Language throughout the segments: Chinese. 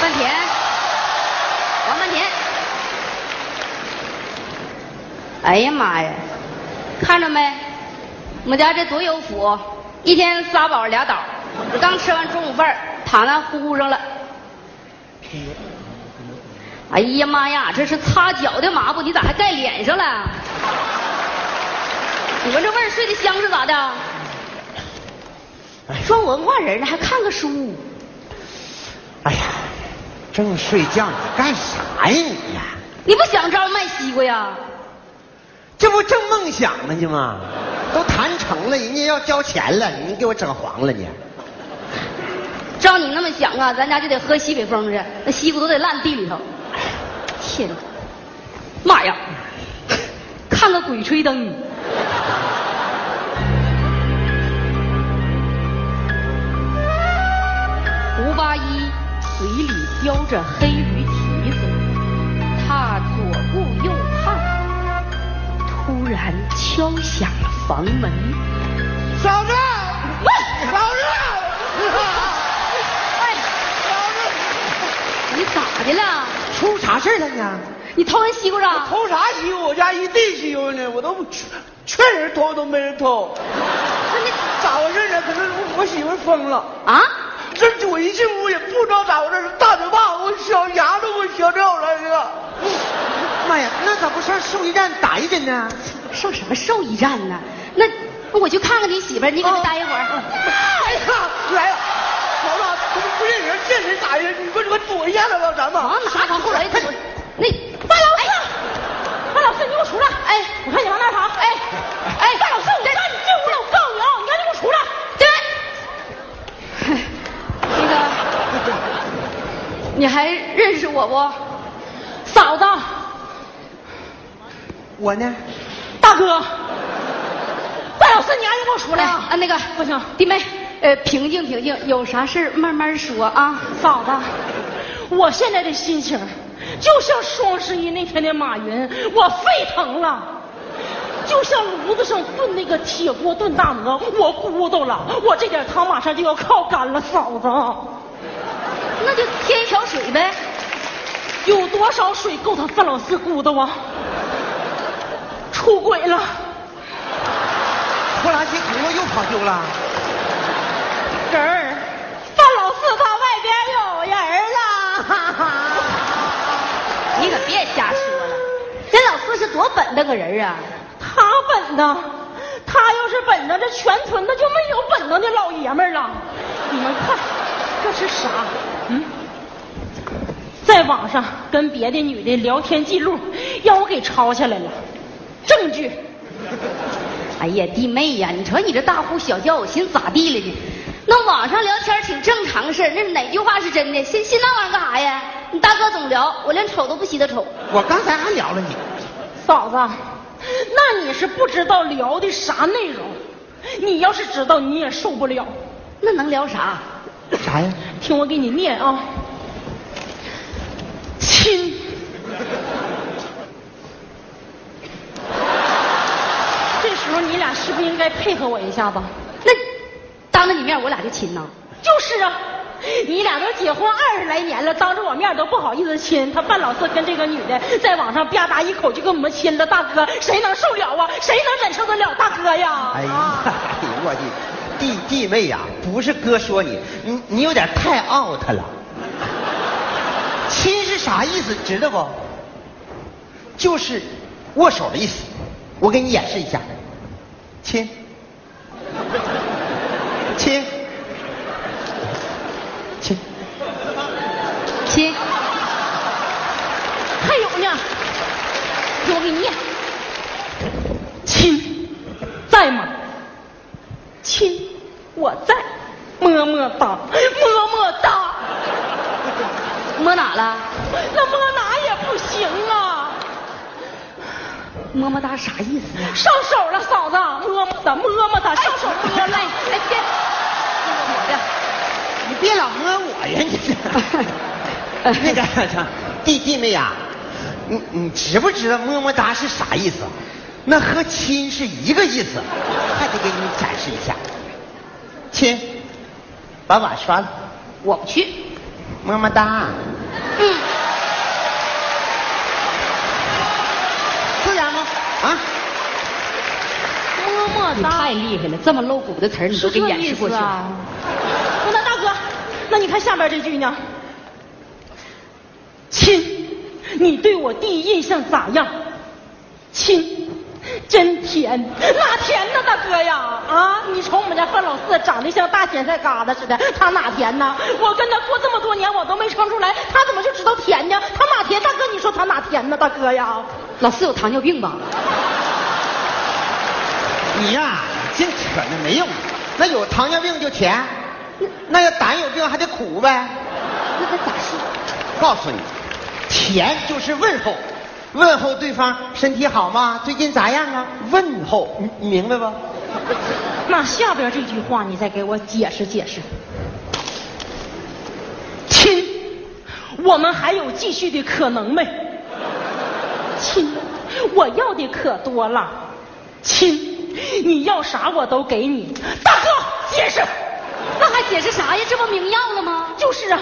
半田，王半田。哎呀妈呀，看着没？我们家这多有福，一天仨宝俩倒。我刚吃完中午饭，躺那呼呼上了。哎呀妈呀，这是擦脚的抹布，你咋还盖脸上了？你闻这味儿睡得香是咋的？哎说文化人呢，还看个书。哎呀，正睡觉，你干啥呀你呀？你不想招卖西瓜呀？这不正梦想呢你吗？都谈成了，人家要交钱了，你给我整黄了你。照你那么想啊，咱家就得喝西北风去，那西瓜都得烂地里头。天哪，妈呀！看个鬼吹灯。胡八一嘴里叼着黑驴蹄子，他左顾右盼，突然敲响了房门。嫂子，喂嫂子，哎， 你咋的了？出啥事了呢？你偷人西瓜啊了？偷啥西瓜？我家一地西瓜呢，我都不劝劝人偷都没人偷，那你咋回事呢？可能我媳妇疯了，啊？这我一进屋也不知道咋回事，大嘴巴我小牙都给我削掉了，这个。妈呀，那咋不上兽医站打一针呢？上什么兽医站呢？那那我去看看你媳妇儿，你搁这待一会儿。 哎呀，来了，嫂子，我都不认人，见人打人，你给我给我躲一下子吧，咱们。往哪跑？后来他哎那范老四，范老四，你给我出来！哎，我看你往哪跑！哎哎，范老四，我让你进屋了，我告诉你啊，你赶紧给我出来！对，那个，哎你还认识我不？嫂子，我呢？大哥，范老四，你赶紧给我出来啊！啊，那个不行，弟妹，呃，平静平静，有啥事儿慢慢说啊。嫂子，我现在的心情就像双十一那天的马云，我沸腾了，就像炉子上炖那个铁锅炖大鹅，我咕嘟了，我这点汤马上就要靠干了，嫂子，那就添一瓢水呗。有多少水够他范老四咕嘟啊？出轨了，拖拉机轱辘又跑丢了。人儿，范老四他外边有人了，哈哈。 你可别瞎说了，这老四是多本的个人啊！他本的，他要是本的，这全村的就没有本能的老爷们儿了。你们看，这是啥？嗯，在网上跟别的女的聊天记录，让我给抄下来了，证据。哎呀，弟妹呀，你瞅你这大呼小叫，我寻思咋地了呢？那网上聊天挺正常事儿那哪句话是真的？信信那玩意儿干啥呀？你大哥总聊，我连瞅都不稀得瞅。我刚才还聊了你，嫂子，那你是不知道聊的啥内容，你要是知道，你也受不了。那能聊啥？啥呀？听我给你念啊，亲，这时候你俩是不是应该配合我一下子？那当着你面我俩就亲呐？就是啊，你俩都结婚二十来年了，当着我面都不好意思亲。他范老四跟这个女的在网上吧嗒一口就跟我们亲了，大哥谁能受了啊？谁能忍受得了大哥呀？哎呀，啊哎呦我的弟弟妹呀、不是哥说你，你你有点太 out 了。亲是啥意思，知道不？就是握手的意思。我给你演示一下，亲，亲，亲，亲，还有呢，听我给你念，亲，在吗？亲，我在，么么哒，么么哒，摸哪了？那么哪也不行啊，么么哒啥意思呀？上手了，嫂子，么么哒，么么哒，上手摸了。哎，别，我你别老摸我哎呀你这。 那个弟弟妹呀、你你知不知道么么哒是啥意思？那和亲是一个意思，还得给你展示一下。亲，把碗刷了，我不去，么么哒，嗯，这家吗？啊，么么你哒太，厉害了，这么露骨的词儿你都给这掩意饰过思去了。啊。那大哥，那你看下边这句呢？亲，你对我第一印象咋样？亲，真甜，哪甜呢，大哥呀？啊，你瞅我们家范老四长得像大咸菜疙瘩似的，他哪甜呢？我跟他过这么多年，我都没尝出来，他怎么就知道甜呢？他哪甜？大哥，你说他哪甜呢？大哥呀，老四有糖尿病吧？你呀、净扯那没用。那有糖尿病就甜，那那要胆有病还得苦呗。那他咋是？告诉你，甜就是问候，问候对方身体好吗？最近咋样啊？问候，你你明白吧？那下边这句话你再给我解释解释。亲，我们还有继续的可能没？亲，我要的可多了。亲，你要啥我都给你。大哥，解释。那还解释啥呀？这不明要了吗？就是啊，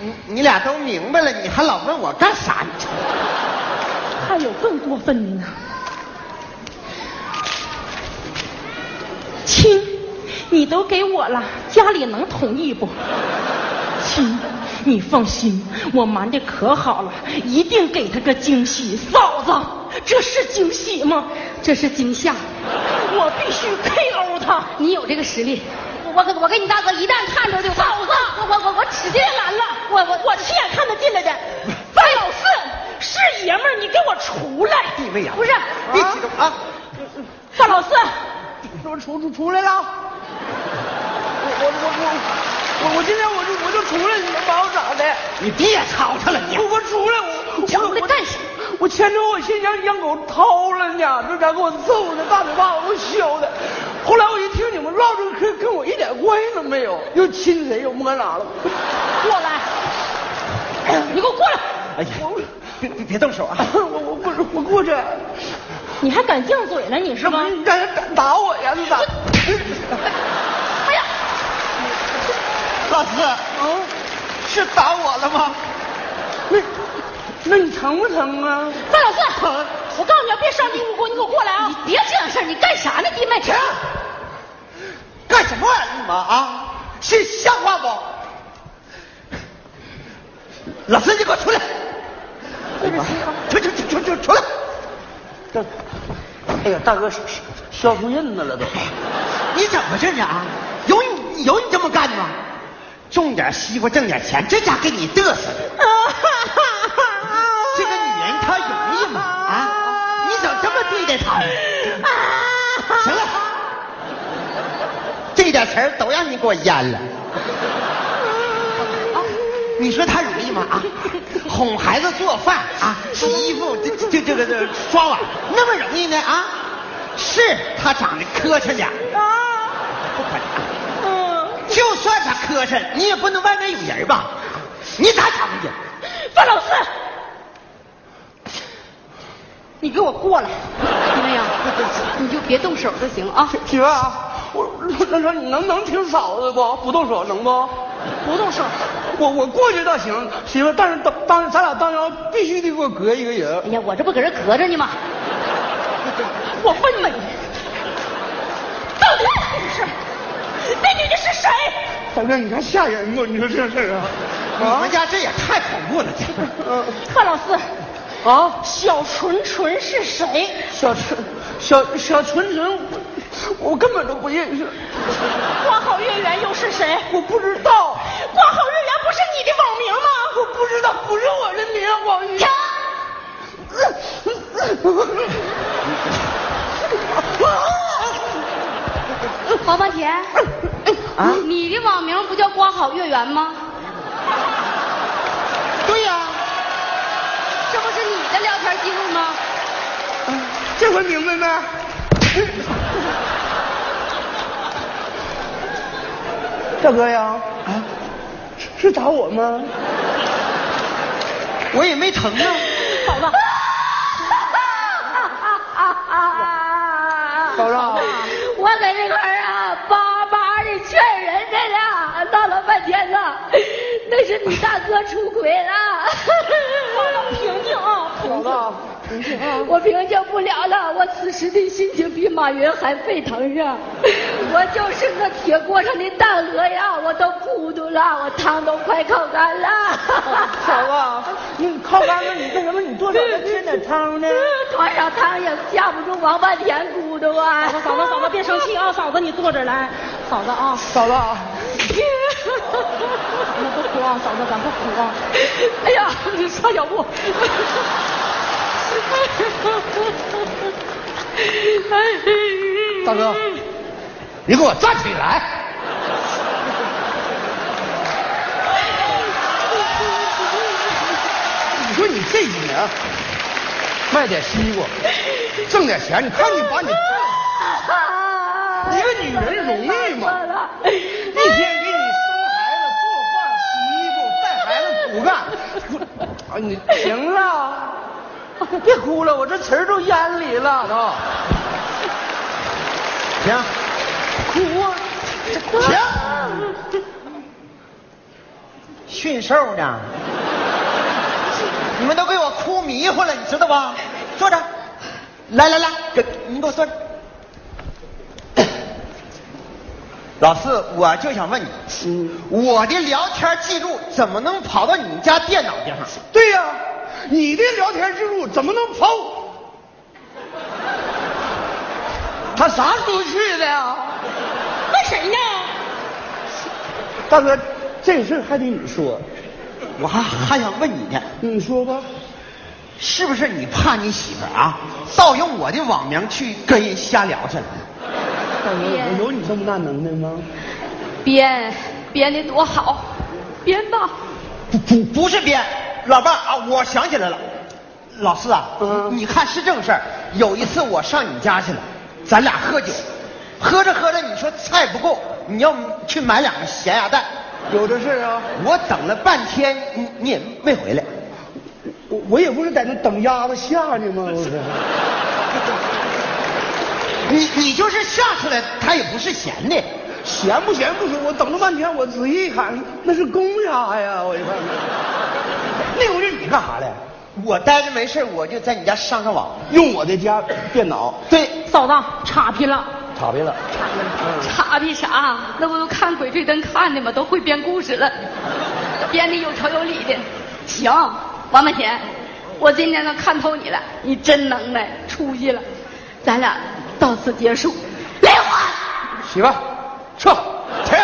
嗯你你俩都明白了，你还老问我干啥？你这还有更过分的呢。亲，你都给我了，家里能同意不？亲，你放心，我瞒的可好了，一定给他个惊喜。嫂子，这是惊喜吗？这是惊吓，我必须 KO 他！你有这个实力。我跟我跟你大哥一旦看着就嫂子，我我我我指定拦了。我我我亲眼看他进来的，范老四是爷们儿，你给我出来！地位啊，不是别激动啊！范老四，我出出出来了，我我我我我我今天我就我就出来，你能把我咋的？你别吵吵了，你我我出来，我我出来干啥？我前头我心想让狗掏了呢，这家给我揍的大嘴巴子都削的。后来我一听你们唠这个嗑，跟我一点关系都没有，又亲谁又摸哪了。过来，你给我过来！哎呀，别别别动手 啊！我我我我过去，你还敢犟嘴了，你是怎吗么？你让人打打我呀？你咋？哎呀，哦老四，嗯，是打我了吗？那那你疼不疼啊？范老四，我告诉你要啊别伤筋无辜，你给我过来啊！别这样事儿，你干啥呢，弟妹？停！干什么玩意儿你们啊？是像话不？老四，你给我出来！出出出出出出来！这，哎呀，大哥削削出印子了都。你怎么回事你啊？有你有你这么干的吗？种点西瓜挣点钱，这家给你嘚瑟的。这个女人她容易吗？啊，你怎么这么对待她？行了，这点词儿都让你给我淹了。你说她容易吗？啊，哄孩子做饭啊，洗衣服，这这这个这刷碗，那么容易呢？啊，是她长得磕碜点儿，不可能。嗯，就算她磕碜，你也不能外面有人吧？你咋想的？范老四， 你给我过来！弟妹呀，你就别动手就行啊。媳妇儿啊，我那说你能能听嫂子不？不动手能不？不动手，我我过去倒行，媳妇儿，但是当当咱俩当然必须得给我隔一个人哎。呀，我这不搁这隔着呢吗？我问问你，到底那女是那女的是谁？反正你看吓人不？你说这事儿你啊呃们家这也太恐怖了，这范老四，啊啊！小纯纯是谁？小纯小小纯纯，我我根本都不认识，花好月圆又是谁？我不知道，花好月圆不是你的网名吗？我不知道，不是我的名，我呀。王八呃田，你的网名不叫瓜好月圆吗？对呀、这不是你的聊天记录吗？这回明白没？大哥呀，啊，是是打我吗？我也没疼啊。嫂 子，嫂子，我在这块儿啊，巴巴的 劝人家呢，闹了半天呢，那是你大哥出轨了。啊情绪啊。我平静不了了，我此时的心情比马云还沸腾啊！我就是那铁锅上的大鹅呀，我都咕嘟了，我汤都快烤干了。嫂 子，你靠杆子，你为什么你多少嗯再添点汤呢？多少汤也架不住王八田咕嘟啊！嫂子，嫂子，别生气 啊！嫂子，你坐这儿来，嫂子啊，嫂子啊，咱们不哭啊，嫂子，咱不哭啊。哎呀，你上脚步。哎大哥，你给我站起来！你说你这一年卖点西瓜，挣点钱，你看你把你一个女人容易吗？一天给你生孩子、做饭、洗衣服、带孩子骨干，哎啊，你行啊了，别哭了，我这词儿都咽里了都。停哭啊！停！驯兽呢？你们都给我哭迷糊了，你知道吧？坐这儿，来来来，给你给我坐这儿。老四，我就想问你，我的聊天记录怎么能跑到你家电脑上？对呀、你的聊天记录怎么能跑我？他啥时候去的呀？问谁呢？大哥，这事儿还得你说，我还还想问你呢，你说吧。是不是你怕你媳妇儿啊，盗用我的网名去跟人瞎聊去了？大哥，我有哎你这么大能耐吗？编编的多好，编吧。不不不是编，老伴儿啊，我想起来了，老四啊，嗯你看是正事儿。有一次我上你家去了，咱俩喝酒，喝着喝着你说菜不够，你要去买两个咸鸭蛋，有这事儿啊。我等了半天，你你也没回来。我我也不是在那等鸭子下呢吗？我是。你你就是下出来，它也不是咸的。闲不闲不行，我等了半天，我仔细一看，那是公鸭呀！我一看，那回是你干啥来？我待着没事儿我就在你家上上网。用我的家电脑对，嫂子，岔劈了。查遍了。差的啥？那不都看《鬼吹灯》看的吗？都会编故事了，编的有条有理的。行，王满田，我今天能看透你了，你真能耐，出息了。咱俩到此结束，离婚。媳妇儿，撤， 停。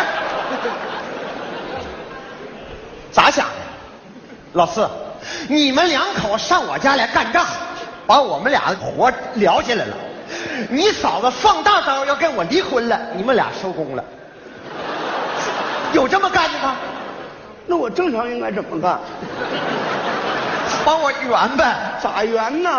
咋想的？老四，你们两口上我家来干仗，把我们俩活聊起来了。你嫂子放大招要跟我离婚了，你们俩收工了。有这么干的吗？那我正常应该怎么干？帮我圆呗。咋圆呢？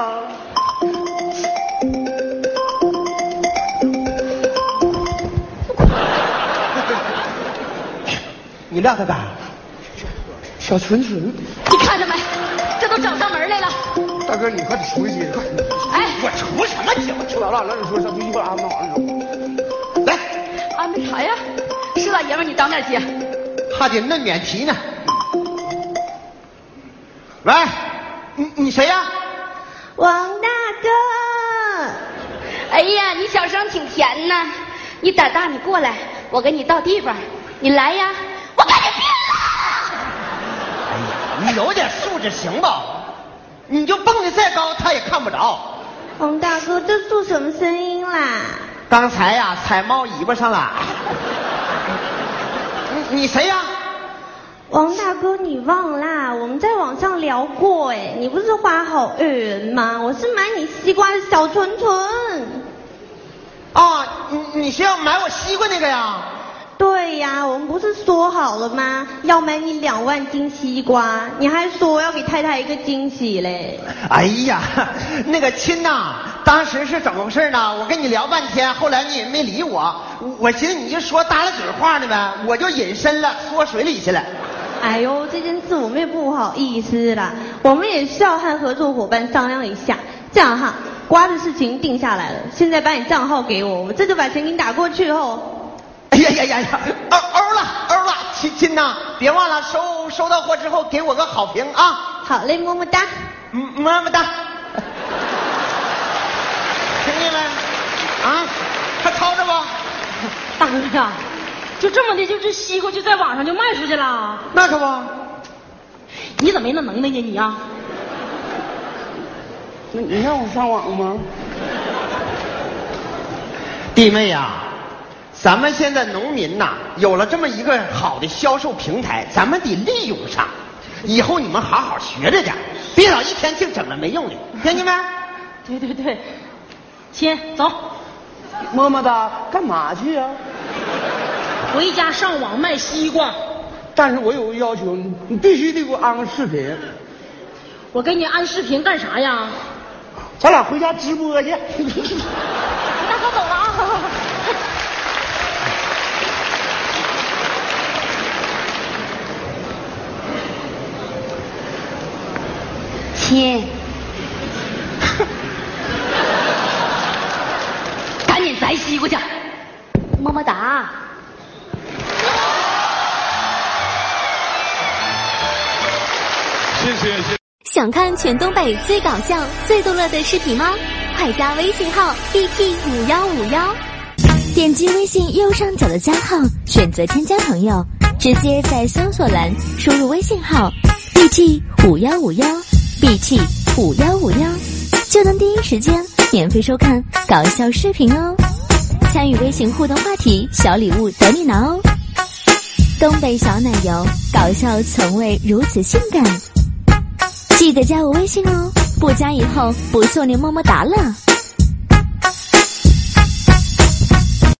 你撂他干啥？小纯纯，你看着没？这都找上门来了。大哥你快点出去，快点。哎， 我出什么酒？老了，老李说上去一会儿安排完了走。来，安排啥呀？是老爷们儿，你当面接。还得嫩脸皮呢。喂，你你谁呀、王大哥，哎呀，你小声挺甜呐，你胆大，你过来，我给你到地方，你来呀，我跟你拼了！哎呀，你有点素质行吧？你就蹦的再高，他也看不着。王大哥，这做什么声音啦？刚才呀、踩猫尾巴上了。你你谁呀、王大哥，你忘啦？我们在网上聊过哎，你不是花好月圆吗？我是买你西瓜的小纯纯。啊，你你是要买我西瓜那个呀？对呀、我们不是说好了吗？要买你两万斤西瓜，你还说要给太太一个惊喜嘞。哎呀，那个亲呐、当时是怎么回事呢？我跟你聊半天，后来你也没理我，我寻思你就说搭拉嘴话呢呗，我就隐身了，缩水里去了。哎呦，这件事我们也不好意思啦，我们也需要和合作伙伴商量一下。这样哈，瓜的事情定下来了，现在把你账号给我，我这就把钱给你打过去后。哎呀呀呀呀，欧欧了欧了，亲亲呐、别忘了收收到货之后给我个好评啊， 好嘞，么么哒。嗯么么哒。啊，还吵吵吧？大哥呀，就这么的，就这西瓜就在网上就卖出去了？那可不，你怎么没那能耐呢？你呀、啊那你让我上网吗？ 弟妹呀、咱们现在农民呐、有了这么一个好的销售平台，咱们得利用上。以后你们好好学着点，别老一天净整那没用的，听见没？对对对，亲，走，么么哒，干嘛去啊？回家上网卖西瓜。但是我有个要求，你你必须得给我安个视频，我给你安视频干啥呀？咱俩回家直播去。大哥走了啊！亲，赶紧摘西瓜去，么么哒。想看全东北最搞笑、最逗乐的视频吗？快加微信号 bt 五幺五幺，点击微信右上角的加号，选择添加朋友，直接在搜索栏输入微信号 bt 五幺五幺 bt 五幺五幺，就能第一时间免费收看搞笑视频哦。参与微信互动话题，小礼物等你拿哦！东北小奶油，搞笑从未如此性感。记得加我微信哦，不加以后不送你么么哒了。